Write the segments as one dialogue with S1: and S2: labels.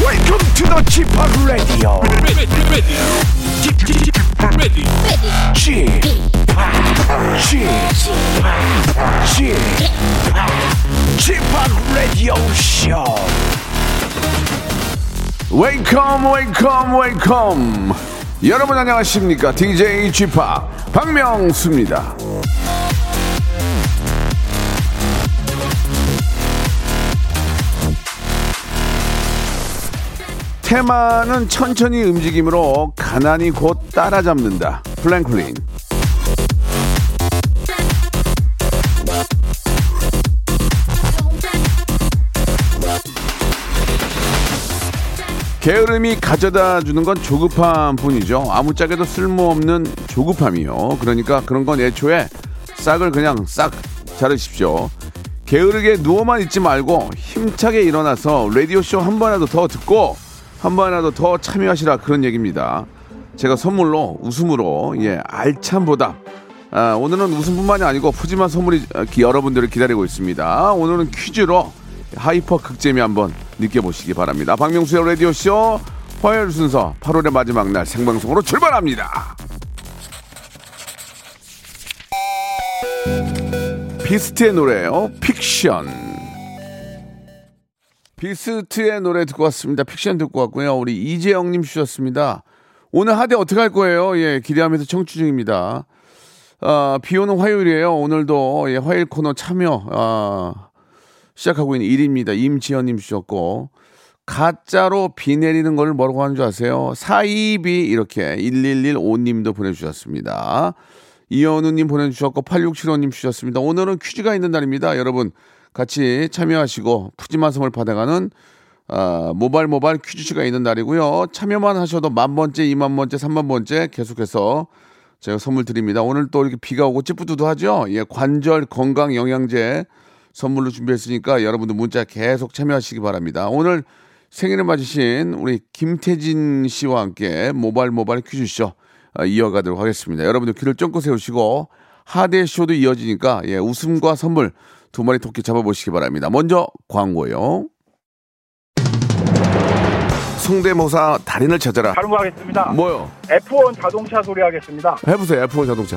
S1: welcome to the Chip Radio.
S2: ready, ready, ready, ready.
S1: Chip, Chip, Chip, Chip Radio Show. Welcome, welcome, welcome. 여러분 안녕하십니까? DJ Chip 박명수입니다. 테마는 천천히 움직임으로 가난이 곧 따라잡는다. 플랭클린. 게으름이 가져다 주는 건 조급함 뿐이죠. 아무짝에도 쓸모없는 조급함이요. 그러니까 그런 건 애초에 싹을 그냥 싹 자르십시오. 게으르게 누워만 있지 말고 힘차게 일어나서 라디오쇼 한 번이라도 더 듣고 한 번이라도 더 참여하시라 그런 얘기입니다. 제가 선물로 웃음으로 예 알찬 보답 아, 오늘은 웃음뿐만이 아니고 푸짐한 선물이 어, 기- 여러분들을 기다리고 있습니다. 오늘은 퀴즈로 하이퍼 극재미 한번 느껴보시기 바랍니다. 박명수의 라디오쇼 화요일 순서 8월의 마지막 날 생방송으로 출발합니다. 비스트의 노래예요. 픽션. 비스트의 노래 듣고 왔습니다. 픽션 듣고 왔고요. 우리 이재영님 주셨습니다. 오늘 하대 어떻게 할 거예요? 예, 기대하면서 청취 중입니다. 아, 비 오는 화요일이에요. 오늘도 예, 화요일 코너 참여 아, 시작하고 있는 일입니다. 임지연님 주셨고 가짜로 비 내리는 걸 뭐라고 하는 줄 아세요? 사이비 이렇게 1115님도 보내주셨습니다. 이현우님 보내주셨고 8675님 주셨습니다. 오늘은 퀴즈가 있는 날입니다. 여러분 같이 참여하시고 푸짐한 선물 받아가는 아, 모발 모발 퀴즈가 있는 날이고요. 참여만 하셔도 만 번째, 이만 번째, 삼만 번째 계속해서 제가 선물 드립니다. 오늘 또 이렇게 비가 오고 찌뿌두두하죠. 예, 관절 건강 영양제 선물로 준비했으니까 여러분들 문자 계속 참여하시기 바랍니다. 오늘 생일을 맞으신 우리 김태진 씨와 함께 모발 모발 퀴즈쇼 아, 이어가도록 하겠습니다. 여러분들 귀를 쫑긋 세우시고 하대쇼도 이어지니까 예, 웃음과 선물 두 마리 토끼 잡아보시기 바랍니다. 먼저 광고요. 성대모사 달인을 찾아라.
S3: 다른 거 하겠습니다.
S1: 뭐요?
S3: F1 자동차 소리 하겠습니다.
S1: 해보세요 F1 자동차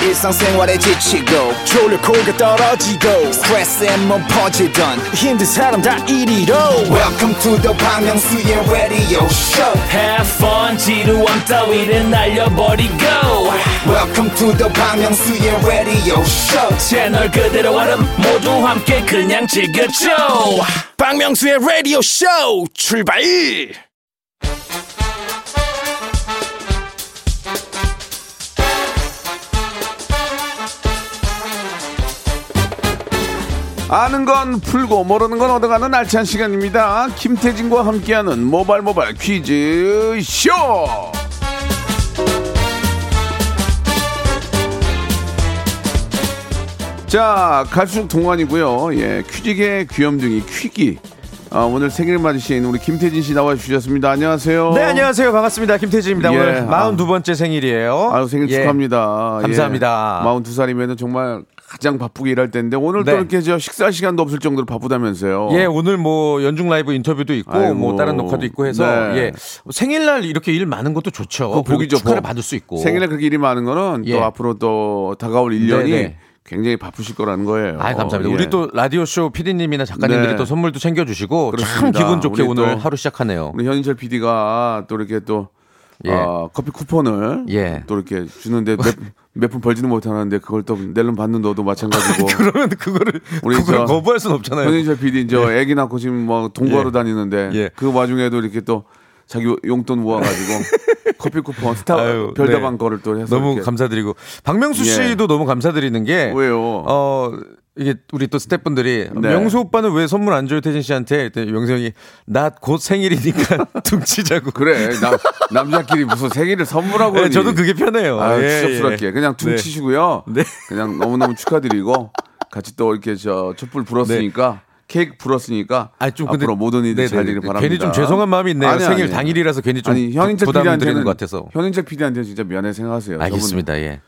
S4: 일상생활에 지치고, 졸려 코가 떨어지고, 스트레스에 몸 퍼지던, 힘든 사람 다 이리로. welcome to the Bang Myung-soo's radio show
S5: Have fun 지루함 따위를 날려버리고
S4: welcome to the Bang Myung-soo's radio show
S5: 채널 그대로 얼음 모두 함께 그냥 즐겨줘
S4: 박명수의 라디오 쇼 출발
S1: 아는 건 풀고 모르는 건 얻어가는 알찬 시간입니다. 김태진과 함께하는 모발 모발 퀴즈 쇼. 자, 갈수록 동안이고요. 예, 퀴즈계 귀염둥이 퀴기. 아, 오늘 생일 맞으신 우리 김태진 씨 나와 주셨습니다. 안녕하세요.
S6: 네 안녕하세요 반갑습니다 김태진입니다
S1: 예,
S6: 오늘
S1: 아.
S6: 42번째 생일이에요
S1: 아유 생일
S6: 예.
S1: 축하합니다. 예,
S6: 감사합니다.
S1: 42살이면 정말 가장 바쁘게 일할 때인데 오늘 또
S6: 네.
S1: 이렇게 저 식사 시간도 없을 정도로 바쁘다면서요.
S6: 예 오늘 뭐 연중 라이브 인터뷰도 있고
S1: 아이고.
S6: 뭐 다른 녹화도 있고 해서
S1: 네.
S6: 예 생일날 이렇게 일 많은 것도 좋죠
S1: 그거
S6: 그리고
S1: 복이죠,
S6: 축하를
S1: 복.
S6: 받을 수 있고
S1: 뭐 생일에 그렇게 일이 많은 거는
S6: 예.
S1: 또 앞으로 또 다가올 1년이
S6: 네네.
S1: 굉장히 바쁘실 거라는 거예요.
S6: 아 감사합니다
S1: 예.
S6: 우리 또 라디오 쇼 PD님이나 작가님들이
S1: 네.
S6: 또 선물도 챙겨주시고
S1: 그렇습니다.
S6: 참 기분 좋게
S1: 우리 또
S6: 오늘 하루 시작하네요
S1: 우리 현인철 PD가 또 이렇게 또
S6: 예.
S1: 어, 커피 쿠폰을
S6: 예.
S1: 또 이렇게 주는데 몇 푼 벌지는 못하는데 그걸 또 낼름 받는 너도 마찬가지고
S6: 그러면 그거를
S1: 우리
S6: 그걸
S1: 저-
S6: 거부할 순 없잖아요.
S1: 현인철 PD 이제 애기 낳고 지금 뭐 동거하러
S6: 예.
S1: 다니는데
S6: 예.
S1: 그 와중에도 이렇게 또 자기 용돈 모아가지고 커피 쿠폰 스타
S6: 아유,
S1: 별다방
S6: 네.
S1: 거를 또 해서
S6: 너무
S1: 이렇게.
S6: 감사드리고 박명수
S1: 예.
S6: 씨도 너무 감사드리는 게
S1: 왜요?
S6: 어 이게 우리 또 스태프분들이
S1: 네.
S6: 명수 오빠는 왜 선물 안 줘요 태진 씨한테? 그랬더니 명수 형이 나 곧 생일이니까 둥치자고.
S1: 그래 남, 남자끼리 무슨 생일을 선물하고
S6: 네,
S1: 그러니.
S6: 저도 그게 편해요.
S1: 아유
S6: 예,
S1: 추접스럽게
S6: 예.
S1: 그냥 퉁
S6: 네.
S1: 치시고요
S6: 네.
S1: 그냥 너무너무 축하드리고 같이 또 이렇게 저 촛불 불었으니까 케이크 불었으니까
S6: 네. 아니, 좀 근데-
S1: 앞으로 모든 일이
S6: 네네.
S1: 잘 되길 바랍니다
S6: 괜히 좀 죄송한 마음이 있네요. 생일 당일이라서 괜히 좀
S1: 아니, 현인철
S6: 부담
S1: PD한테는-
S6: 드리는 것 같아서.
S1: 현인철 PD한테 진짜 미안해 생각하세요 저분-
S6: 알겠습니다. 예.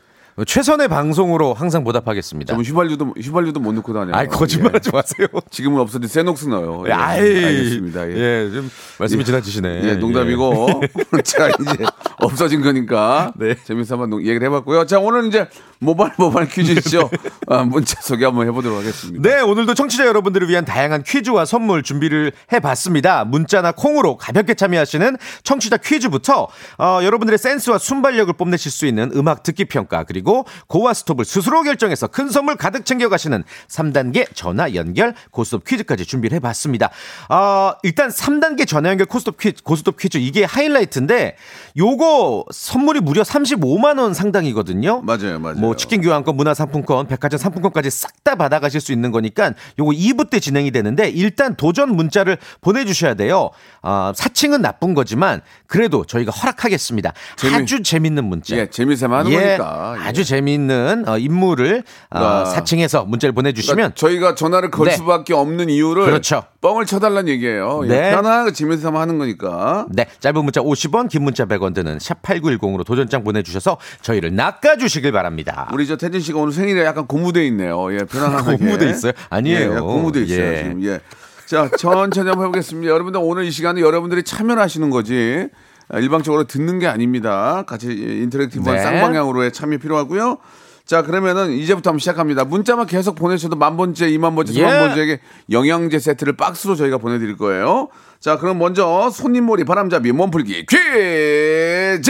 S6: 최선의 방송으로 항상 보답하겠습니다.
S1: 저분 휘발유도 휘발유도 못 넣고 다녀요
S6: 아이
S1: 예.
S6: 거짓말하지 마세요.
S1: 지금은 없어도 세녹스 넣어요. 예,
S6: 아이,
S1: 알겠습니다. 예.
S6: 예, 좀 말씀이
S1: 예.
S6: 지나치시네.
S1: 예, 농담이고 제가 이제 없어진 거니까
S6: 예. 네.
S1: 재밌어 한번 농- 얘기를 해봤고요. 자 오늘 이제 모발 모발 퀴즈죠. 아, 문자 소개 한번 해보도록 하겠습니다.
S6: 네, 오늘도 청취자 여러분들을 위한 다양한 퀴즈와 선물 준비를 해봤습니다. 문자나 콩으로 가볍게 참여하시는 청취자 퀴즈부터 어, 여러분들의 센스와 순발력을 뽐내실 수 있는 음악 듣기 평가 그리고 고와 스톱을 스스로 결정해서 큰 선물 가득 챙겨가시는 3단계 전화 연결 고스톱 퀴즈까지 준비를 해봤습니다. 어, 일단 3단계 전화 연결 고스톱 퀴즈, 고스톱 퀴즈 이게 하이라이트인데 요거 선물이 무려 35만 원 상당이거든요.
S1: 맞아요, 맞아요.
S6: 뭐 치킨 교환권, 문화상품권, 백화점 상품권까지 싹 다 받아가실 수 있는 거니까 요거 2부 때 진행이 되는데 일단 도전 문자를 보내주셔야 돼요. 아, 사칭은 나쁜 거지만 그래도 저희가 허락하겠습니다.
S1: 재미-
S6: 아주 재밌는 문자.
S1: 예, 재미삼아 하는
S6: 예,
S1: 거니까. 예.
S6: 아주 재미있는 어, 인물을 어,
S1: 아.
S6: 사칭해서 문자를 보내주시면
S1: 그러니까 저희가 전화를 걸
S6: 네.
S1: 수밖에 없는 이유를
S6: 그렇죠.
S1: 뻥을 쳐달라는 얘기예요. 예,
S6: 네.
S1: 편안하게 재미삼아 하는 거니까.
S6: 네, 짧은 문자 50원, 긴 문자 100원 드는 샵 8910으로 도전장 보내주셔서 저희를 낚아주시길 바랍니다.
S1: 우리 저 태진 씨가 오늘 생일에 약간 고무돼 있네요. 예, 편안하게.
S6: 고무돼 있어요? 아니에요.
S1: 예, 고무돼 있어요.
S6: 예.
S1: 지금. 예. 자, 천천히 한번 해보겠습니다. 여러분들 오늘 이 시간에 여러분들이 참여를 하시는 거지. 아, 일방적으로 듣는 게 아닙니다. 같이 인터랙티브한
S6: 네.
S1: 쌍방향으로의 참여 필요하고요. 자, 그러면은 이제부터 한번 시작합니다. 문자만 계속 보내셔도 만 번째, 이만 번째,
S6: 예.
S1: 삼만 번째에게 영양제 세트를 박스로 저희가 보내드릴 거예요. 자, 그럼 먼저 손님몰이 바람잡이 몸풀기 퀴즈!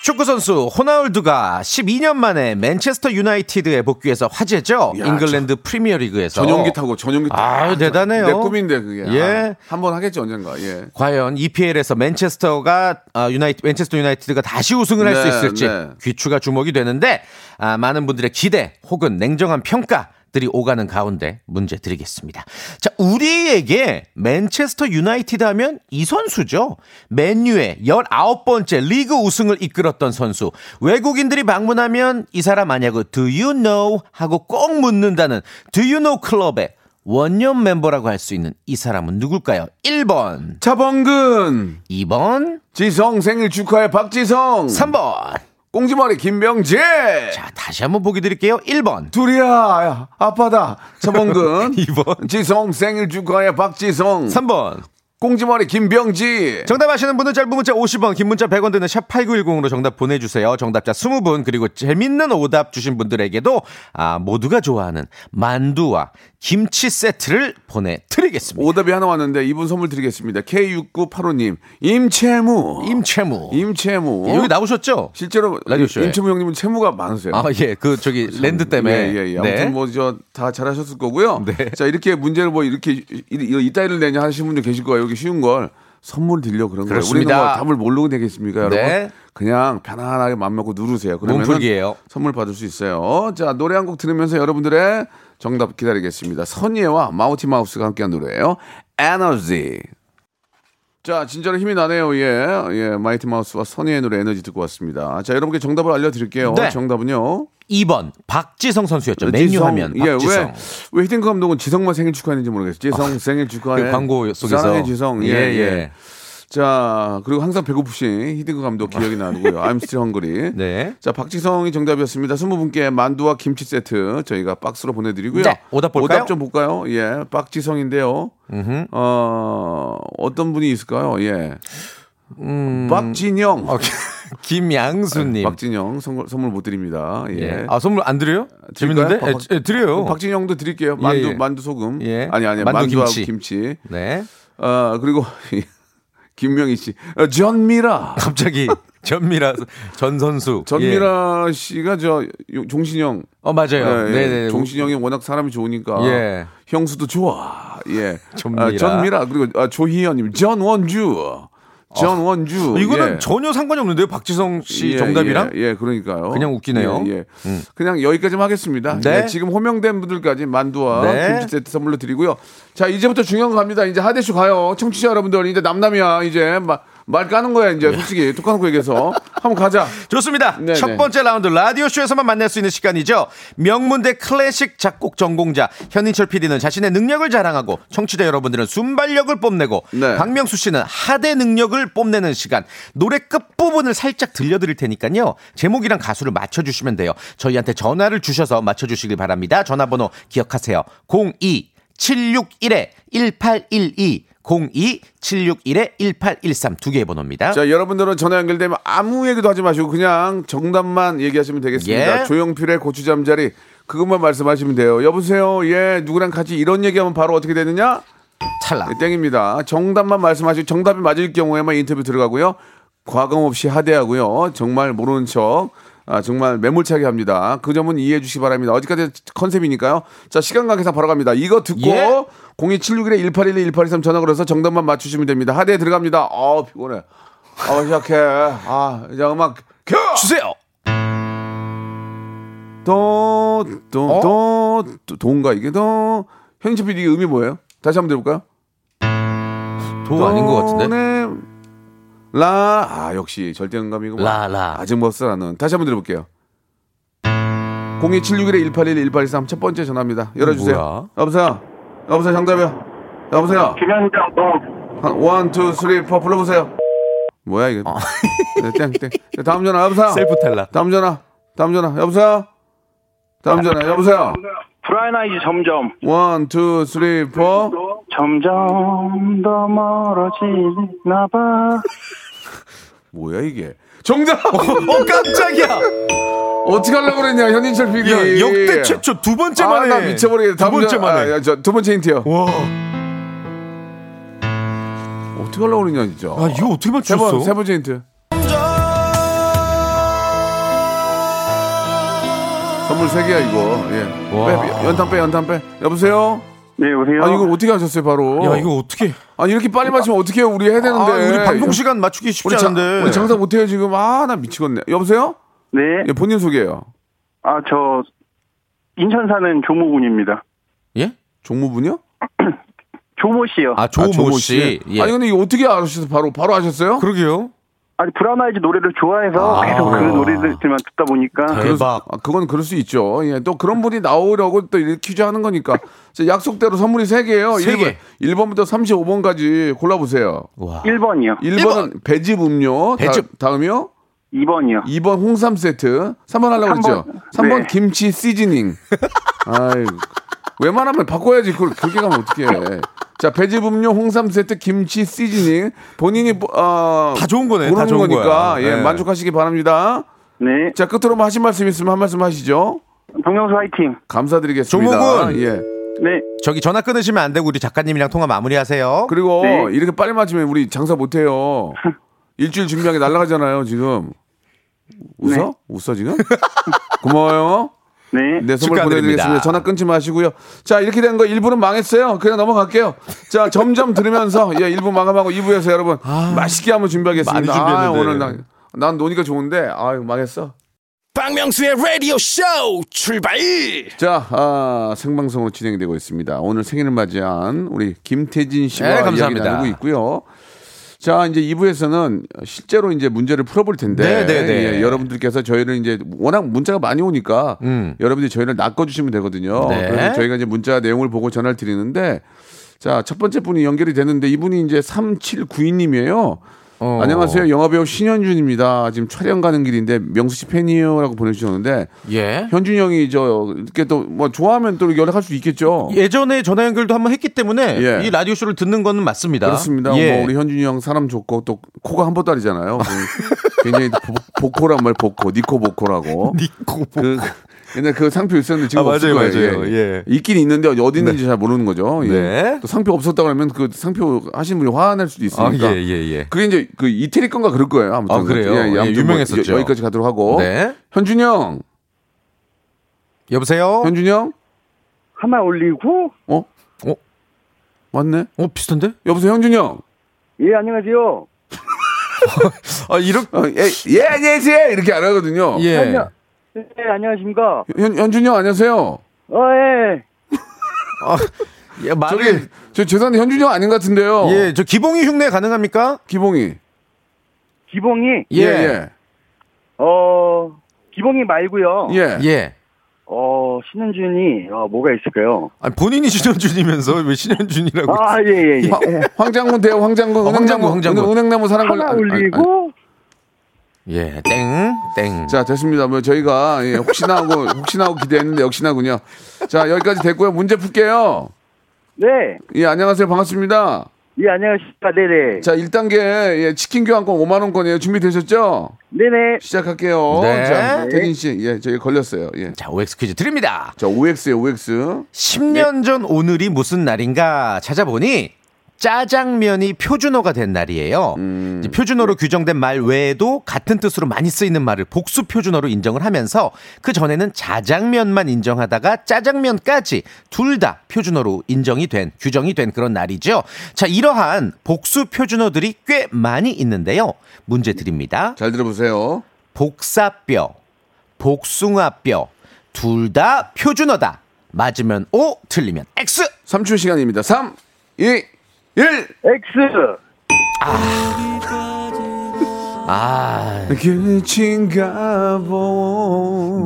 S6: 축구선수 호나울두가 12년 만에 맨체스터 유나이티드에 복귀해서 화제죠.
S1: 야,
S6: 잉글랜드 프리미어리그에서.
S1: 전용기 타고 전용기 타고
S6: 아유, 대단해요.
S1: 내 꿈인데 그게 아,
S6: 예.
S1: 한 번 하겠지 언젠가 예.
S6: 과연 EPL에서 맨체스터가 아, 유나이티 맨체스터 유나이티드가 다시 우승을 할 수
S1: 네,
S6: 있을지
S1: 네.
S6: 귀추가 주목이 되는데 아, 많은 분들의 기대 혹은 냉정한 평가 들이 오가는 가운데 문제 드리겠습니다. 자, 우리에게 맨체스터 유나이티드 하면 이 선수죠. 맨유의 19번째 리그 우승을 이끌었던 선수. 외국인들이 방문하면 이 사람 아냐고 do you know 하고 꼭 묻는다는 do you know 클럽의 원년 멤버라고 할 수 있는 이 사람은 누굴까요? 1번
S1: 차범근
S6: 2번,
S1: 지성 생일 축하해 박지성
S6: 3번.
S1: 꽁지머리 김병재
S6: 자, 다시 한번 보기 드릴게요. 1번.
S1: 둘이야 야, 아빠다 차범근
S6: 이번.
S1: 지성 생일 축하해 박지성
S6: 3번.
S1: 꽁지머리 김병지
S6: 정답 아시는 분은 짧은 문자 50원, 긴 문자 100원 드는 샵 8910으로 정답 보내주세요. 정답자 20분, 그리고 재밌는 오답 주신 분들에게도, 아, 모두가 좋아하는 만두와 김치 세트를 보내드리겠습니다.
S1: 오답이 하나 왔는데 이분 선물 드리겠습니다 K6985님 임채무
S6: 임채무.
S1: 임채무
S6: 여기 나오셨죠?
S1: 실제로
S6: 라디오쇼에.
S1: 임채무 형님은 채무가 많으세요
S6: 아, 예, 그, 저기, 랜드 때문에.
S1: 예, 예, 예. 아무튼 뭐 저 다 잘하셨을 거고요.
S6: 네.
S1: 자 이렇게 문제를 뭐 이렇게 이, 이, 이따위를 내냐 하시는 분들 계실 거예요. 여기 쉬운 걸 선물 드리려 그런 거예요. 우리는
S6: 그렇습니다.
S1: 뭐 답을 모르고 되겠습니까, 여러분?
S6: 네.
S1: 그냥 편안하게 맘 먹고 누르세요. 그러면
S6: 몸풀기예요.
S1: 선물 받을 수 있어요. 자 노래 한 곡 들으면서 여러분들의 정답 기다리겠습니다. 선예와 마우티 마우스가 함께한 노래예요. 에너지. 자, 진짜로 힘이 나네요. 예. 예. 마이티 마우스와 선예의 노래 에너지 듣고 왔습니다. 자, 여러분께 정답을 알려드릴게요.
S6: 네.
S1: 정답은요.
S6: 2번. 박지성 선수였죠.
S1: 지성.
S6: 메뉴 하면.
S1: 예,
S6: 박지성.
S1: 왜, 왜 히딩크 감독은 지성만 생일 축하했는지 모르겠어요. 지성 생일 축하해.
S6: 그 광고 속에서.
S1: 아, 예. 사랑해 지성. 예, 예.
S6: 예, 예.
S1: 자, 그리고 항상 배고프신 히딩크 감독 기억이 나고요. I'm still hungry.
S6: 네.
S1: 자, 박지성이 정답이었습니다. 20분께 만두와 김치 세트 저희가 박스로 보내드리고요.
S6: 네, 오답 볼까요?
S1: 좀 볼까요? 예, 박지성인데요. 어, 어떤 분이 있을까요? 예. 박진영.
S6: 어, 음. 김양수님.
S1: 아, 박진영 선물, 선물 못 드립니다. 예.
S6: 예. 아 선물 안 드려요?
S1: 드릴까요?
S6: 재밌는데?
S1: 박-
S6: 예, 예, 드려요.
S1: 그럼 박진영도 드릴게요. 만두
S6: 예, 예.
S1: 만두 소금.
S6: 예.
S1: 아니 아니
S6: 만두
S1: 만두 하고
S6: 김치.
S1: 김치.
S6: 네.
S1: 아 그리고 김명희 씨. 어, 전미라.
S6: 갑자기 전미라 전 선수. 예.
S1: 전미라 씨가 저 요- 종신형.
S6: 어 맞아요.
S1: 예, 예.
S6: 네네.
S1: 종신형이 워낙 사람이 좋으니까.
S6: 예.
S1: 형수도 좋아. 예.
S6: 전미라.
S1: 아, 전미라 그리고 아, 조희연님 전원주. 전원주.
S6: 아, 이거는
S1: 예.
S6: 전혀 상관이 없는데요. 박지성 씨
S1: 예,
S6: 정답이랑.
S1: 예, 예, 그러니까요.
S6: 그냥 웃기네요. 음.
S1: 예, 예. 그냥 여기까지만 하겠습니다.
S6: 네.
S1: 예, 지금 호명된 분들까지 만두와
S6: 네.
S1: 김치 세트 선물로 드리고요. 자, 이제부터 중요한 거 갑니다. 이제 하대쇼 가요. 청취자 여러분들 이제 남남이야. 이제 마- 말 까는 거야
S6: 네.
S1: 이제 솔직히 톡 까놓고 얘기해서 한번 가자.
S6: 좋습니다.
S1: 네네.
S6: 첫 번째 라운드 라디오 쇼에서만 만날 수 있는 시간이죠. 명문대 클래식 작곡 전공자 현인철 PD는 자신의 능력을 자랑하고 청취자 여러분들은 순발력을 뽐내고
S1: 네.
S6: 박명수 씨는 하대 능력을 뽐내는 시간. 노래 끝 부분을 살짝 들려드릴 테니까요. 제목이랑 가수를 맞춰주시면 돼요. 저희한테 전화를 주셔서 맞춰주시길 바랍니다. 전화번호 기억하세요. 02 761에 1812 02 761에 1813 두 개의 번호입니다.
S1: 자, 여러분들은 전화 연결되면 아무 얘기도 하지 마시고 그냥 정답만 얘기하시면 되겠습니다.
S6: 예.
S1: 조용필의 고추잠자리 그것만 말씀하시면 돼요. 여보세요. 예, 누구랑 같이 이런 얘기하면 바로 어떻게 되느냐?
S6: 찰나.
S1: 네, 땡입니다. 정답만 말씀하시고 정답이 맞을 경우에만 인터뷰 들어가고요. 과감 없이 하대하고요. 정말 모르는 척. 아, 정말 매몰차게 합니다. 그 점은 이해해 주시기 바랍니다. 어디까지 컨셉이니까요. 자, 시간 관계상 바로 갑니다. 이거 듣고
S6: 예.
S1: 02761-1812-1823 전화 걸어서 정답만 맞추시면 됩니다. 하대에 들어갑니다. 아 피곤해. 아, 시작해. 아, 이제 음악 켜!
S6: 주세요.
S1: 도, 도, 도, 도, 도인가 이게? 도. 현지 PD 음이 뭐예요? 다시 한번 들어볼까요?
S6: 도 아닌 것 같은데.
S1: 도네. 라, 아, 역시 절대음감이고.
S6: 라, 라.
S1: 아직 못쓰라는. 다시 한번 들어볼게요. 02761-1811-1823 첫 번째 전화입니다. 열어주세요.
S6: 뭐야?
S1: 여보세요? 여보세요, 정답이요? 여보세요?
S7: 김현장 동
S1: 한, 원, 투, 쓰리, 포, 불러보세요. 뭐야, 이게.
S6: 아.
S1: 네, 땡, 땡. 네, 다음 전화, 여보세요?
S6: 탈락.
S1: 다음 전화, 다음 전화, 여보세요? 다음 전화, 여보세요?
S7: 브라이나이즈 점점
S1: 원, 투, 쓰리, 포.
S7: 점점 더 멀어지나 봐
S1: 뭐야, 이게. 정답!
S6: 어 깜짝이야.
S1: 어떻게 하려고 그랬냐, 현인철 PD.
S6: 야, 역대 최초 두 번째
S1: 예, 아,
S6: 만에.
S1: 나 미쳐버리겠다.
S6: 두
S1: 다음
S6: 번째
S1: 전-
S6: 만에.
S1: 아, 야, 저, 두 번째 힌트요.
S6: 와.
S1: 어떻게 하려고 그러냐, 진짜.
S6: 아, 이거 어떻게
S1: 세 번,
S6: 맞췄어?
S1: 세 번째 힌트. 선물 세 개야, 이거. 예.
S6: 와.
S1: 빼, 빼, 연탄 빼, 연탄 빼. 여보세요?
S7: 네 여보세요
S1: 아, 이걸 어떻게 하셨어요, 바로?
S6: 야, 이거 어떻게?
S1: 아, 이렇게 빨리 맞히면 어떻게 해요? 우리 해야
S6: 아,
S1: 되는데.
S6: 우리 방송 시간 맞추기 쉽지
S1: 네. 우리 장-
S6: 않은데.
S1: 우리 장사 못해요, 지금. 아, 나 미치겠네. 여보세요? 예, 본인 소개요.
S7: 네 아 저 인천 사는 조모군입니다
S6: 예?
S1: 종무분이요?
S7: 조모 씨요
S6: 아, 조모, 씨. 예.
S1: 아니, 근데 이거 어떻게 아셨어요? 바로, 바로 아셨어요?
S6: 그러게요.
S7: 아니 브라나이즈 노래를 좋아해서
S6: 아.
S7: 계속 그 노래들만 듣다 보니까
S6: 네. 대박.
S1: 아, 그건 그럴 수 있죠. 예, 또 그런 분이 나오려고 또 이렇게 퀴즈 하는 거니까. 자, 약속대로 선물이 세개예요
S6: 세 개.
S1: 1번부터 35번까지 골라보세요.
S6: 와.
S7: 1번이요
S1: 1번은 배즙 음료.
S6: 배즙.
S1: 다, 음이요
S7: 2번이요
S1: 2번 홍삼 세트. 3번 하려고
S7: 삼
S1: 그랬죠?
S7: 번.
S1: 3번
S7: 네.
S1: 김치 시즈닝. 아유. 웬만하면 바꿔야지. 그걸 그렇게 가면 어떡해. 자, 배즙 음료, 홍삼 세트, 김치 시즈닝. 본인이, 어,
S6: 다 좋은 거네. 다
S1: 고르는
S6: 좋은
S1: 거니까.
S6: 거야.
S1: 예,
S6: 네.
S1: 만족하시기 바랍니다.
S7: 네
S1: 자, 끝으로 뭐 하신 말씀 있으면 한 말씀 하시죠.
S7: 동영수 화이팅
S1: 감사드리겠습니다.
S6: 조목은.
S1: 예.
S7: 네
S6: 저기 전화 끊으시면 안 되고 우리 작가님이랑 통화 마무리하세요.
S1: 그리고
S7: 네.
S1: 이렇게 빨리 맞으면 우리 장사 못해요. 일주일 준비한 게 날라가잖아요, 지금. 웃어?
S7: 네.
S1: 웃어, 지금? 고마워요.
S7: 네.
S1: 네, 선물
S6: 축하드립니다.
S1: 보내드리겠습니다. 전화 끊지 마시고요. 자, 이렇게 된 거 1부는 망했어요. 그냥 넘어갈게요. 자, 점점 들으면서, 예, 1부 마감하고 2부에서 여러분, 맛있게 한번 준비하겠습니다.
S6: 아, 많이
S1: 아,
S6: 준비했는데.
S1: 오늘 난, 난 노니까 좋은데, 아유, 망했어.
S5: 박명수의 라디오 쇼 출발
S1: 자, 아, 생방송으로 진행되고 있습니다. 오늘 생일을 맞이한 우리 김태진 씨와
S6: 네,
S1: 이야기
S6: 감사합니다.
S1: 나누고 있고요. 자, 이제 2부에서는 실제로 이제 문제를 풀어볼 텐데
S6: 네, 네, 네.
S1: 예, 여러분들께서 저희를 이제 워낙 문자가 많이 오니까
S6: 음.
S1: 여러분들이 저희를 낚아주시면 되거든요.
S6: 네.
S1: 그래서 저희가 이제 문자 내용을 보고 전화를 드리는데 자, 첫 번째 분이 연결이 됐는데 이분이 이제 3792님이에요.
S6: 어.
S1: 안녕하세요. 영화배우 신현준입니다. 지금 촬영 가는 길인데 명수 씨 팬이에요라고 보내주셨는데
S6: 예.
S1: 현준 형이 저 이렇게 또 뭐 좋아하면 또 연락할 수 있겠죠.
S6: 예전에 전화 연결도 한번 했기 때문에
S1: 예.
S6: 이 라디오 쇼를 듣는 거는 맞습니다.
S1: 그렇습니다.
S6: 예.
S1: 뭐 우리 현준이 형 사람 좋고 또 코가 한그 보따리잖아요. 굉장히 보, 보코란 말 보코, 니코 보코라고.
S6: 니코 보-
S1: 그, 옛날 그 상표 있었는데 지금
S6: 아,
S1: 없을
S6: 맞아요,
S1: 거예요.
S6: 맞아요. 예.
S1: 있긴 있는데 어디 있는지 잘 모르는 거죠. 예.
S6: 네.
S1: 또 상표 없었다 그러면 그 상표 하신 분이 화낼 수도
S6: 아,
S1: 있으니까.
S6: 예, 예, 예.
S1: 그게 이제 그 이태리 건가 그럴 거예요. 아무튼
S6: 아, 그래요?
S1: 예,
S6: 예,
S1: 아무튼 뭐
S6: 유명했었죠.
S1: 여, 기까지 가도록 하고.
S6: 네.
S1: 현준이 형,
S6: 여보세요?
S1: 현준이 형,
S7: 하나 올리고
S1: 어?
S6: 어?
S1: 맞네.
S6: 어, 비슷한데?
S1: 여보세요, 현준이 형.
S7: 예 안녕하세요.
S6: 아, 이렇게.
S1: 어, 예, 예, 안녕하세요. 이렇게 안 하거든요.
S6: 예.
S7: 예 안녕하십니까.
S1: 현, 현준이 형, 안녕하세요.
S7: 어예
S6: 아, 예,
S1: 저기,
S6: 말을.
S1: 저 죄송한데 현준이 형 아닌 것 같은데요.
S6: 예, 저 기봉이 흉내 가능합니까?
S1: 기봉이.
S7: 기봉이
S1: 예, 예.
S7: 어 기봉이 말고요.
S1: 예.
S6: 예.
S7: 어 신현준이 어, 뭐가 있을까요?
S6: 아니, 본인이 신현준이면서 왜 신현준이라고.
S7: 아 예예 예, 예.
S1: 황- 황장군 대요 황장군
S6: 어,
S1: 은행나무
S6: 황장군, 황장군.
S1: 은- 은행나무 사랑 걸
S7: 하나
S1: 아,
S7: 올리고
S6: 예, 땡, 땡.
S1: 자 됐습니다. 뭐 저희가 예, 혹시나 하고 혹시나 하고 기대했는데 역시나군요. 자 여기까지 됐고요. 문제 풀게요.
S7: 네.
S1: 예 안녕하세요 반갑습니다.
S7: 예, 안녕하십니까. 네네.
S1: 자 1단계 예, 치킨 교환권 5만 원권이에요. 준비되셨죠?
S7: 네네.
S1: 시작할게요.
S6: 네.
S1: 자 태진 씨예 저희 걸렸어요. 예.
S6: 자, OX 퀴즈 드립니다.
S1: 자 OX에 OX
S6: 10년 전 오늘이 무슨 날인가 찾아보니 짜장면이 표준어가 된 날이에요. 이제 표준어로 규정된 말 외에도 같은 뜻으로 많이 쓰이는 말을 복수 표준어로 인정을 하면서 그 전에는 자장면만 인정하다가 짜장면까지 둘 다 표준어로 인정이 된 규정이 된 그런 날이죠. 자, 이러한 복수 표준어들이 꽤 많이 있는데요. 문제 드립니다.
S1: 잘 들어보세요.
S6: 복사뼈, 복숭아뼈 둘 다 표준어다. 맞으면 O, 틀리면 X.
S1: 3초 시간입니다. 3, 2, 1
S7: X.
S6: 아,
S1: 끝인가 보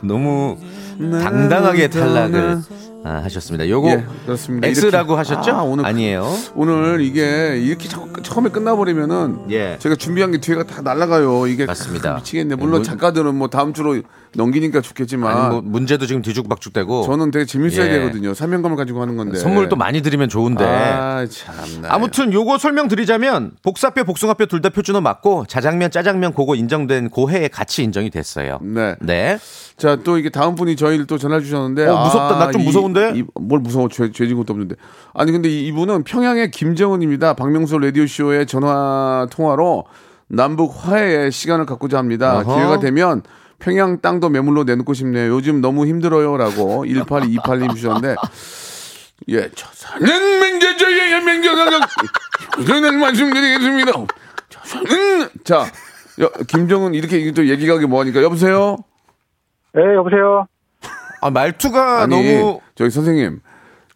S6: 너무 당당하게 탈락을 아, 하셨습니다. 요거
S1: 예, 그렇습니다.
S6: X라고
S1: 이렇게-
S6: 하셨죠?
S1: 아, 오늘
S6: 아니에요.
S1: 오늘 이게 이렇게 자- 처음에 끝나버리면은
S6: 예.
S1: 제가 준비한 게 뒤에가 다 날아가요. 이게
S6: 맞습니다.
S1: 크, 미치겠네. 물론
S6: 문-
S1: 작가들은 뭐 다음 주로 넘기니까 좋겠지만
S6: 아니, 뭐 문제도 지금 뒤죽박죽되고
S1: 저는 되게 재밌어야
S6: 예.
S1: 되거든요. 사명감을 가지고 하는 건데
S6: 선물도 많이 드리면 좋은데.
S1: 아 참나.
S6: 아무튼 요거 설명드리자면 복사뼈, 복숭아뼈 둘 다 표준어 맞고 자장면, 짜장면 그거 인정된 고해에 같이 인정이 됐어요.
S1: 네.
S6: 네.
S1: 자 또 이게 다음 분이 저희를 또 전화 주셨는데 아,
S6: 어, 무섭다. 나좀
S1: 이-
S6: 무서운데?
S1: 이- 뭘 무서워? 죄, 죄진 것도 없는데. 아니 근데 이- 이분은 평양의 김정은입니다. 박명수 라디오 쇼의 전화 통화로 남북 화해의 시간을 갖고자 합니다.
S6: 어허.
S1: 기회가 되면 평양 땅도 매물로 내놓고 싶네요. 요즘 너무 힘들어요라고 1828님 주셨는데 예, 저사는 맹자저의 맹자가가 우선은 말씀드리겠습니다. 저사는 자, 여, 김정은 이렇게 또 얘기하기 뭐하니까 여보세요.
S7: 예, 여보세요.
S6: 아, 말투가
S1: 아니
S6: 너무
S1: 저기 선생님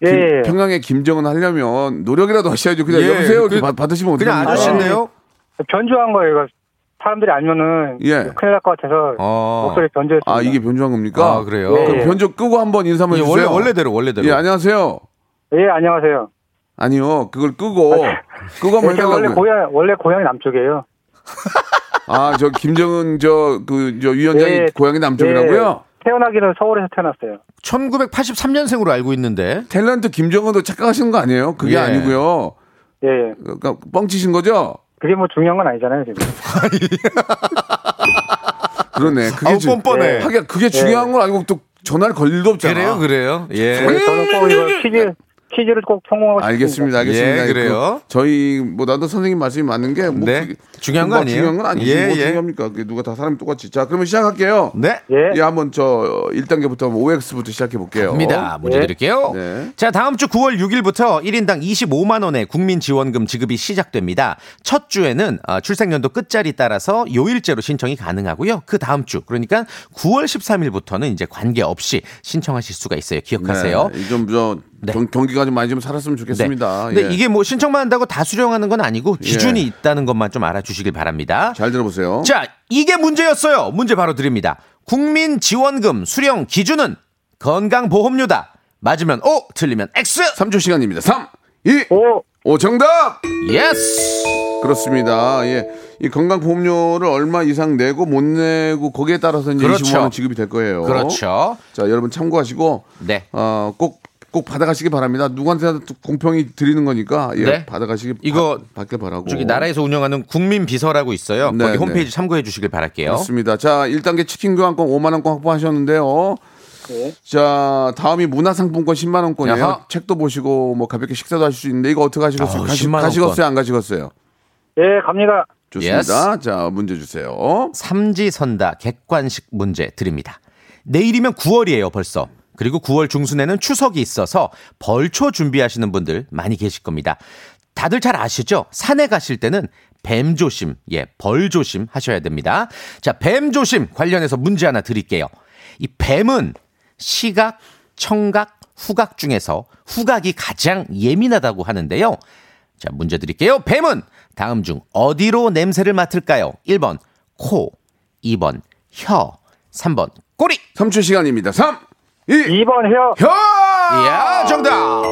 S7: 예,
S1: 김-
S7: 예.
S1: 평양의 김정은 하려면 노력이라도 하셔야죠 그냥
S6: 예,
S1: 여보세요 이렇게
S6: 그-
S1: 받- 받으시면
S6: 그냥
S1: 어떡합니까?
S6: 아저씨인데요.
S7: 변조한 거예요, 이거. 사람들이 알면은
S1: 예.
S7: 큰일 날 것 같아서
S6: 어.
S7: 목소리 변조했습니다.
S1: 아 이게 변조한 겁니까
S6: 아, 그래요?
S7: 네.
S1: 그럼
S7: 예.
S1: 변조 끄고 한번 인사 한번
S6: 예,
S1: 해주세요
S6: 원래 원래대로 원래대로.
S1: 예 안녕하세요
S7: 예, 안녕하세요.
S1: 아니요 그걸 끄고 끄고 한번
S7: 제가 원래
S1: 해달라고
S7: 고향 원래 고향이 남쪽이에요.
S1: 아저 김정은 저 그 저 위원장이
S7: 예.
S1: 고향이 남쪽이라고요
S7: 예, 태어나기는 서울에서 태어났어요.
S6: 1983년생으로 알고 있는데.
S1: 탤런트 김정은도 착각하시는 거 아니에요 그게
S6: 예.
S1: 아니고요
S7: 예, 예.
S1: 그러니까 뻥치신 거죠
S7: 그게 뭐 중요한 건 아니잖아요, 지금.
S1: 그러네 그게
S6: 아우,
S1: 주-
S6: 뻔뻔해.
S1: 하긴 그게
S7: 예.
S1: 중요한 걸 알고 또 전화를 걸 일도 없잖아
S6: 그래요, 그래요.
S3: 네,
S6: 예.
S7: 원래 저는 꼭 이거 퀴즈 퀴즈를 꼭 성공하고
S1: 네. 알겠습니다, 알겠습니다.
S6: 예, 그래요.
S1: 그 저희 뭐 나도 선생님 말씀이 맞는 게 뭐,
S6: 네.
S1: 그게
S6: 중요한
S1: 뭐
S6: 거 아니에요?
S1: 중요한 건 아니지.
S6: 예,
S1: 뭐
S6: 예.
S1: 중요합니까? 그게 누가 다 사람이 똑같이. 자, 그러면 시작할게요.
S6: 네.
S7: 싶습니다.
S1: 예, 한번 저 1단계부터 한번 OX부터 시작해 볼게요.
S6: 입니다. 문제
S7: 예.
S6: 드릴게요.
S1: 네.
S6: 자, 다음 주 9월 6일부터 1인당 25만 원의 국민 지원금 지급이 시작됩니다. 첫 주에는 아, 출생연도 끝자리 따라서 요일제로 신청이 가능하고요. 그 다음 주, 그러니까 9월 13일부터는 이제 관계없이 신청하실 수가 있어요. 기억하세요.
S1: 네. 좀저
S6: 네.
S1: 경기가 좀 많이 좀 살았으면 좋겠습니다.
S6: 네. 근데
S1: 예.
S6: 이게 뭐 신청만 한다고 다 수령하는 건 아니고 기준이
S1: 예.
S6: 있다는 것만 좀 알아주시길 바랍니다.
S1: 잘 들어보세요.
S6: 자, 이게 문제였어요. 문제 바로 드립니다. 국민 지원금 수령 기준은 건강보험료다. 맞으면 O, 틀리면 X.
S1: 3초 시간입니다. 3, 2,
S7: 예. 오,
S1: 5 정답.
S6: 예스.
S1: 그렇습니다. 예. 이 건강보험료를 얼마 이상 내고 못 내고 거기에 따라서 이제
S6: 그렇죠.
S1: 25만 원 지급이 될 거예요.
S6: 그렇죠.
S1: 자, 여러분 참고하시고
S6: 네.
S1: 어, 꼭, 꼭 받아가시기 바랍니다. 누구한테라도 공평히 드리는 거니까, 예,
S6: 네.
S1: 받아가시기
S6: 이거
S1: 바, 받길 바라고.
S6: 저기 나라에서 운영하는 국민 비서라고 있어요.
S1: 네,
S6: 거기
S1: 네.
S6: 홈페이지 참고해 주시길 바랄게요.
S1: 그렇습니다. 자, 1단계 치킨 교환권 5만원 권 확보하셨는데요.
S3: 네.
S1: 자, 다음이 문화상품권 10만원권이에요.
S6: 야하.
S1: 책도 보시고, 뭐, 가볍게 식사도 하실 수 있는데, 이거 어떻게 하시겠어요?
S6: 아우,
S1: 가시,
S6: 10만 원권.
S1: 가시겠어요? 안 가시겠어요?
S3: 예, 갑니다.
S1: 좋습니다.
S6: Yes.
S1: 자, 문제 주세요.
S6: 삼지선다 객관식 문제 드립니다. 내일이면 9월이에요 벌써. 그리고 9월 중순에는 추석이 있어서 벌초 준비하시는 분들 많이 계실 겁니다. 다들 잘 아시죠? 산에 가실 때는 뱀 조심, 예, 벌 조심 하셔야 됩니다. 자, 뱀 조심 관련해서 문제 하나 드릴게요. 이 뱀은 시각, 청각, 후각 중에서 후각이 가장 예민하다고 하는데요. 자, 문제 드릴게요. 뱀은 다음 중 어디로 냄새를 맡을까요? 1번 코, 2번 혀, 3번 꼬리.
S1: 3초 시간입니다. 3, 2,
S3: 2번 헤어.
S1: 혀!
S6: 이야, 정답.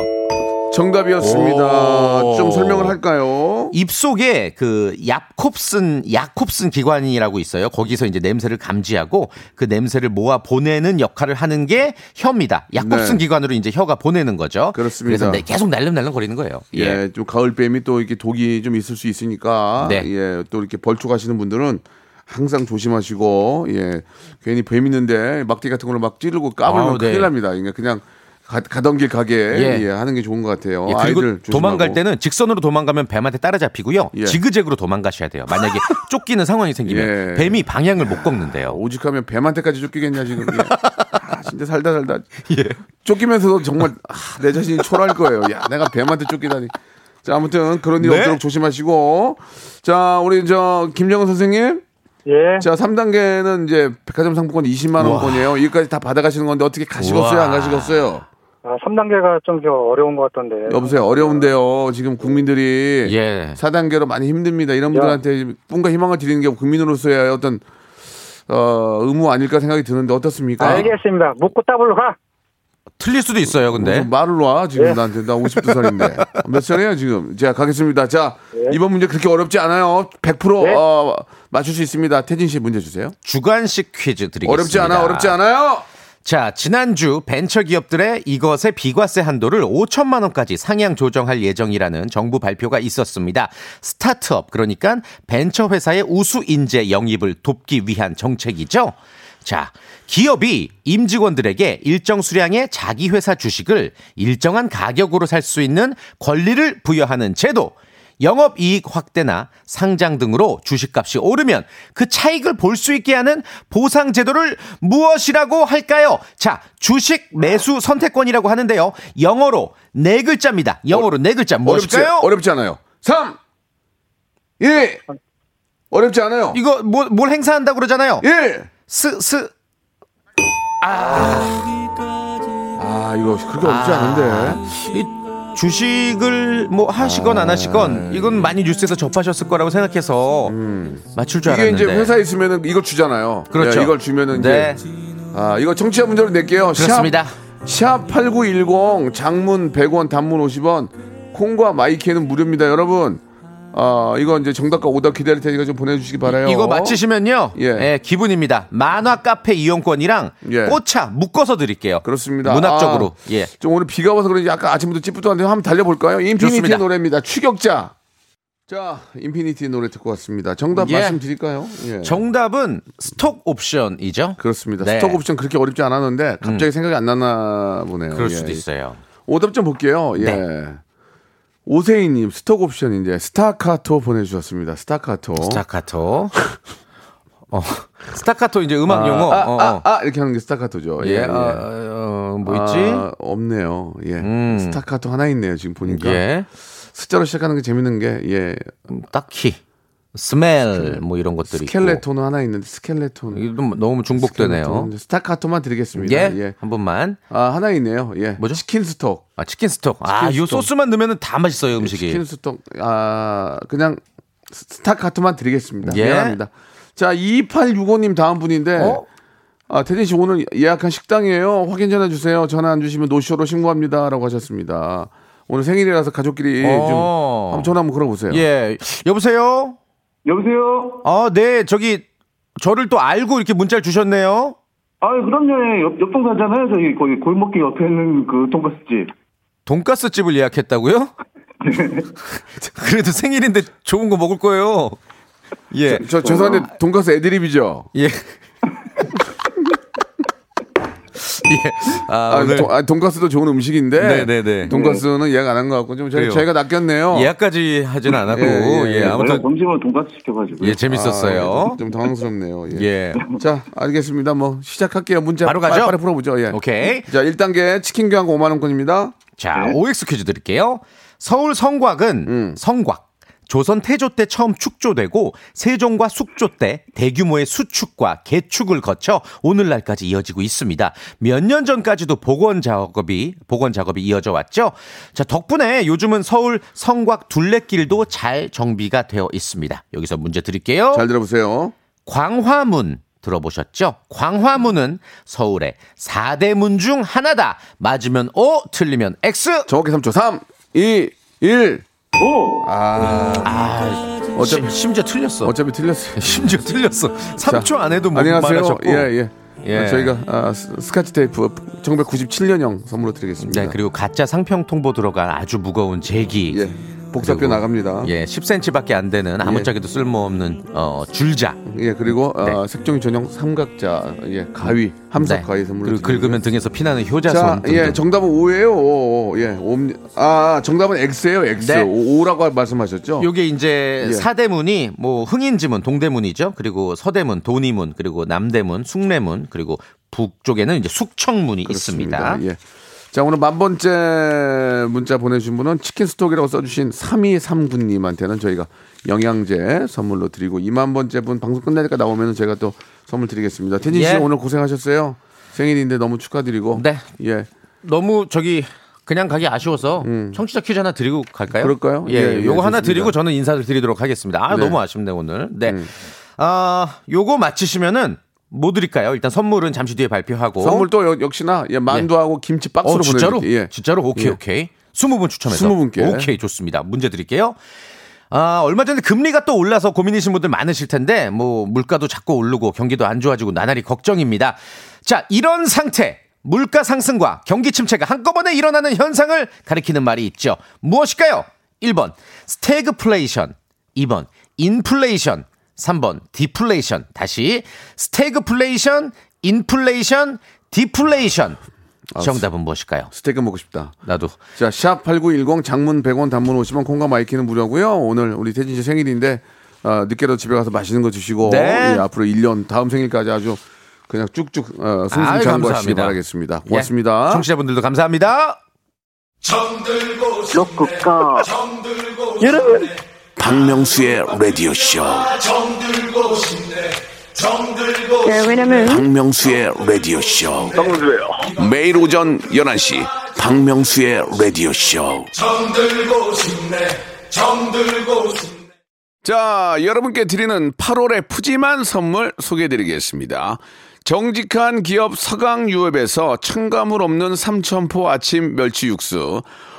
S1: 정답이었습니다.
S6: 오.
S1: 좀 설명을 할까요?
S6: 입속에 그 야콥슨 야콥슨 기관이라고 있어요. 거기서 이제 냄새를 감지하고 그 냄새를 모아 보내는 역할을 하는 게 혀입니다. 야콥슨
S1: 네.
S6: 기관으로 이제 혀가 보내는 거죠.
S1: 그렇습니다.
S6: 그래서 내- 계속 날름날름 거리는 거예요.
S1: 예.
S6: 예.
S1: 좀 가을뱀이 또 이렇게 독이 좀 있을 수 있으니까
S6: 네.
S1: 예, 또 이렇게 벌초 가시는 분들은 항상 조심하시고 예, 괜히 뱀 있는데 막대 같은 걸로 막 찌르고 까불면
S6: 아우, 네.
S1: 큰일 납니다. 그러니까 그냥 가, 가던 길 가게
S6: 예.
S1: 예, 하는 게 좋은 것 같아요.
S6: 예,
S1: 아이들
S6: 그리고
S1: 조심하고.
S6: 도망갈 때는 직선으로 도망가면 뱀한테 따라잡히고요.
S1: 예.
S6: 지그재그로 도망가셔야 돼요. 만약에 쫓기는 상황이 생기면
S1: 예.
S6: 뱀이 방향을 못 꺾는데요.
S1: 오직하면 뱀한테까지 쫓기겠냐 지금. 예. 아, 진짜 살다 살다
S6: 예.
S1: 쫓기면서도 정말 아, 내 자신이 초라할 거예요. 야, 내가 뱀한테 쫓기다니. 자, 아무튼 그런 일
S6: 네.
S1: 없도록 조심하시고. 자, 우리 저 김정은 선생님.
S3: 예.
S1: 자, 3단계는 이제 백화점 상품권 20만 원권이에요. 여기까지 다 받아가시는 건데 어떻게 가시겠어요?
S6: 우와.
S1: 안 가시겠어요?
S3: 아, 3단계가 좀더 어려운 것 같던데.
S1: 여보세요. 어려운데요. 지금 국민들이
S6: 예.
S1: 4단계로 많이 힘듭니다. 이런
S3: 야.
S1: 분들한테 꿈과 희망을 드리는 게 국민으로서의 어떤 어, 의무 아닐까 생각이 드는데 어떻습니까?
S3: 알겠습니다. 묻고 따블로 가.
S6: 틀릴 수도 있어요. 근데
S1: 무슨 말을 놔 지금
S3: 예.
S1: 나한테 나 52살인데 몇 살이에요 지금 제가 가겠습니다 자
S3: 네.
S1: 이번 문제 그렇게 어렵지 않아요 100%
S3: 예.
S1: 어, 맞출 수 있습니다 태진 씨 문제 주세요
S6: 주관식 퀴즈 드리겠습니다.
S1: 어렵지 않아 어렵지 않아요
S6: 자, 지난주 벤처기업들의 이것의 비과세 한도를 5천만 원까지 상향 조정할 예정이라는 정부 발표가 있었습니다. 스타트업, 그러니까 벤처 회사의 우수 인재 영입을 돕기 위한 정책이죠. 자, 기업이 임직원들에게 일정 수량의 자기 회사 주식을 일정한 가격으로 살 수 있는 권리를 부여하는 제도. 영업 이익 확대나 상장 등으로 주식값이 오르면 그 차익을 볼 수 있게 하는 보상 제도를 무엇이라고 할까요? 자, 주식 매수 선택권이라고 하는데요. 영어로 네 글자입니다. 영어로 네 글자
S1: 어렵지
S6: 무엇일까요?
S1: 어렵지 않아요 3 1 어렵지 않아요
S6: 이거 뭐, 뭘 행사한다고 그러잖아요.
S1: 1
S6: 스, 스.
S1: 아, 이거 그렇게 어렵지 않은데.
S6: 이 주식을 뭐 하시건 안
S1: 아,
S6: 하시건
S1: 예.
S6: 이건 많이 뉴스에서 접하셨을 거라고 생각해서 맞출 줄
S1: 음. 이게
S6: 알았는데.
S1: 이제 회사에 있으면은 이거 주잖아요.
S6: 그렇죠.
S1: 예, 이걸 주면은
S6: 네.
S1: 이제 아, 이거 청취자 문제로 낼게요. 샵-
S6: 그렇습니다.
S1: 샵8910 장문 100원 단문 50원 콩과 마이키에는 무료입니다 여러분 아 이거 이제 정답과 오답 기다릴 테니까 좀 보내주시기 바라요
S6: 이거 맞히시면요.
S1: 예.
S6: 예. 기분입니다. 만화 카페 이용권이랑
S1: 예.
S6: 꽃차 묶어서 드릴게요.
S1: 그렇습니다
S6: 문학적으로.
S1: 아,
S6: 예.
S1: 좀 오늘 비가 와서 그런지 아까 아침부터 찌뿌둥한데 한번 달려볼까요 인피니티의
S6: 좋습니다.
S1: 노래입니다 추격자 자 인피니티의 노래 듣고 왔습니다 정답
S6: 예.
S1: 말씀드릴까요 예.
S6: 정답은 스톡 옵션이죠.
S1: 그렇습니다
S6: 네. 음.
S1: 스톡 옵션 그렇게 어렵지 않았는데 갑자기 생각이 안 나나 보네요
S6: 그럴
S1: 예.
S6: 수도 있어요. 네.
S1: 오답 좀 볼게요. 예. 오세희님 스톡 옵션 이제 스타카토 보내주셨습니다. 스타카토.
S6: 스타카토. 어, 스타카토 이제 음악 용어.
S1: 아,
S6: 어,
S1: 아,
S6: 어.
S1: 아, 이렇게 하는 게 스타카토죠. 예.
S6: 예.
S1: 예.
S6: 어, 어, 뭐 있지?
S1: 아, 없네요. 예.
S6: 음.
S1: 스타카토 하나 있네요. 지금 보니까
S6: 예.
S1: 숫자로 시작하는 게 재밌는 게 예.
S6: 음, 딱히 스멜 뭐 이런 것들이 있고.
S1: 스켈레톤 하나 있는데 스켈레톤.
S6: 이게 좀 너무 중복되네요.
S1: 스켈레톤. 스타카토만 드리겠습니다.
S6: 예.
S1: 예.
S6: 한 번만.
S1: 아 하나 있네요. 예.
S6: 뭐죠?
S1: 치킨 스톡.
S6: 아, 치킨 스톡. 아,
S1: 치킨
S6: 요
S1: 스톡.
S6: 소스만 넣으면 다 맛있어요, 음식이.
S1: 치킨 스톡. 아 그냥 스- 스타카토만 드리겠습니다.
S6: 예.
S1: 미안합니다. 자 2865님 다음 분인데.
S6: 어?
S1: 아, 태진 씨 오늘 예약한 식당이에요. 확인 전해 주세요. 전화 안 주시면 노쇼로 신고합니다라고 하셨습니다. 오늘 생일이라서 가족끼리
S6: 어.
S1: 좀 한번 전화 한번 걸어보세요.
S6: 예. 여보세요?
S7: 여보세요?
S6: 아, 네. 저기 저를 또 알고 이렇게 문자를 주셨네요.
S7: 아 그럼요. 옆, 옆동 사잖아요. 저희 거기 골목길 옆에 있는 그 돈가스집.
S6: 돈가스 집을 예약했다고요?
S7: 네.
S6: 그래도 생일인데 좋은 거 먹을 거예요. 예.
S1: 저 죄송한데 돈가스 애드립이죠.
S6: 예. 아,
S1: 아,
S6: 오늘
S1: 돈- 아, 돈가스도 좋은 음식인데
S6: 네네네.
S1: 돈가스는 예약 안 한 것 같고 좀 저희,
S6: 그래요.
S1: 저희가 낚였네요.
S6: 예약까지 하진 않았고
S1: 어. 예,
S6: 예,
S1: 예, 예.
S7: 원래
S6: 아무튼
S7: 점심은 돈가스 시켜가지고.
S6: 예
S1: 아,
S6: 재밌었어요.
S1: 좀, 좀 당황스럽네요. 예.
S6: 예.
S1: 자, 알겠습니다. 뭐 시작할게요. 문제
S6: 바로
S1: 빨리-
S6: 가죠?
S1: 빨리 풀어보죠. 예.
S6: 오케이.
S1: 자, 1단계 치킨 교환 5만 원권입니다.
S6: 자,
S1: 네.
S6: OX 퀴즈 드릴게요. 서울 성곽은
S1: 음.
S6: 성곽. 조선 태조 때 처음 축조되고 세종과 숙조 때 대규모의 수축과 개축을 거쳐 오늘날까지 이어지고 있습니다. 몇 년 전까지도 복원 작업이 복원 작업이 이어져 왔죠. 자, 덕분에 요즘은 서울 성곽 둘레길도 잘 정비가 되어 있습니다. 여기서 문제 드릴게요.
S1: 잘 들어보세요.
S6: 광화문 들어보셨죠? 광화문은 서울의 4대 문 중 하나다. 맞으면 O, 틀리면 X.
S1: 정확히 3초. 3, 2, 1.
S7: 오!
S6: 아,
S1: 어차피-
S6: 심- 심지어 틀렸어.
S1: 어차피 틀렸어요.
S6: 심지어 틀렸어. 3초 안에도 못
S1: 안녕하세요.
S6: 말하셨고.
S1: 예, 예.
S6: 예.
S1: 저희가 아, 스- 스카치 테이프 1997년형 선물로 드리겠습니다.
S6: 네, 그리고 가짜 상평 통보 들어간 아주 무거운 제기.
S1: 예. 복사표
S6: 그리고-
S1: 나갑니다. 예.
S6: 예, 10cm밖에 안 되는 아무짝에도 쓸모없는 어, 줄자.
S1: 그리고 어, 색종이 전용 삼각자, 예, 가위, 함석
S6: 네.
S1: 가위 선물로
S6: 그리고 긁으면 등에서 피나는 효자손.
S1: 자,
S6: 등등.
S1: 예, 정답은 오예요 오, 오, 예, 옴, 아, 정답은 X예요, X.
S6: 네.
S1: 오 5라고 말씀하셨죠?
S6: 요게 이제
S1: 예.
S6: 사대문이 뭐 흥인지문, 동대문이죠. 그리고 서대문, 도니문, 그리고 남대문, 숭례문, 그리고 북쪽에는 이제 숙청문이 있습니다.
S1: 예. 자, 오늘 만 번째 문자 보내주신 분은 치킨 스톡이라고 써주신 3239님한테는 저희가 영양제 선물로 드리고 2만 번째 분 방송 끝나니까 나오면 제가 또 선물 드리겠습니다. 태진 씨
S6: 예.
S1: 오늘 고생하셨어요. 생일인데 너무 축하드리고.
S6: 네.
S1: 예.
S6: 너무 저기 그냥 가기 아쉬워서 청취자 퀴즈 하나 드리고
S1: 음.
S6: 갈까요?
S1: 그럴까요?
S6: 예,
S1: 예, 예,
S6: 요거
S1: 좋습니다.
S6: 하나 드리고 저는 인사를 드리도록 하겠습니다. 아,
S1: 네. 음.
S6: 너무 아쉽네 오늘. 네. 아, 요거 맞히시면은 뭐 드릴까요? 일단 선물은 잠시 뒤에 발표하고.
S1: 선물 또 여- 역시나 예, 만두하고 김치 박스로
S6: 어, 진짜로?
S1: 보내드릴게요. 예.
S6: 진짜로? 오케이,
S1: 예.
S6: 오케이. 20분 추첨해서.
S1: 20분 께.
S6: 오케이, 좋습니다. 문제 드릴게요. 아, 얼마 전에 금리가 또 올라서 고민이신 분들 많으실 텐데, 뭐, 물가도 자꾸 오르고 경기도 안 좋아지고 나날이 걱정입니다. 자, 이런 상태. 물가 상승과 경기 침체가 한꺼번에 일어나는 현상을 가리키는 말이 있죠. 무엇일까요? 1번, 스태그플레이션. 2번, 인플레이션. 3번, 디플레이션. 다시, 스태그플레이션, 인플레이션, 디플레이션.
S1: 아,
S6: 정답은 무엇일까요?
S1: 스테이크 먹고 싶다.
S6: 나도.
S1: 자, 샵 8910 장문 100원 단문 50원 콩과 마이키는 무료고요. 오늘 우리 태진 씨 생일인데 어, 늦게라도 집에 가서 맛있는 거 드시고
S6: 네.
S1: 예, 앞으로 1년 다음 생일까지 아주 그냥 쭉쭉 어,
S6: 아유,
S1: 승승장구하시기
S6: 감사합니다.
S1: 바라겠습니다. 고맙습니다.
S6: 예, 청취자분들도 감사합니다.
S2: 박명수의 라디오 쇼. 박명수의 라디오 쇼. 매일 오전 11시 박명수의 라디오 쇼.
S1: 자, 여러분께 드리는 8월의 푸짐한 선물 소개해드리겠습니다. 정직한 기업 서강유업에서 첨가물 없는 삼천포 아침 멸치 육수,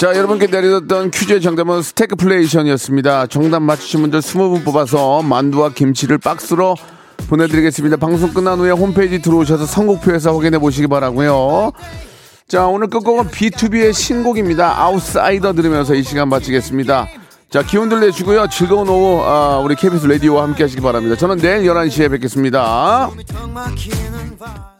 S8: 자, 여러분께 내려졌던 퀴즈의 정답은 스테이크플레이션이었습니다. 정답 맞추신 분들 20분 뽑아서 만두와 김치를 박스로 보내드리겠습니다. 방송 끝난 후에 홈페이지 들어오셔서 선곡표에서 확인해 보시기 바라고요. 자, 오늘 끝곡은 B2B의 신곡입니다. 아웃사이더 들으면서 이 시간 마치겠습니다. 자, 기운들 내시고요. 즐거운 오후 아, 우리 KBS 라디오와 함께 하시기 바랍니다. 저는 내일 11시에 뵙겠습니다.
S9: 숨이 턱 막히는 밤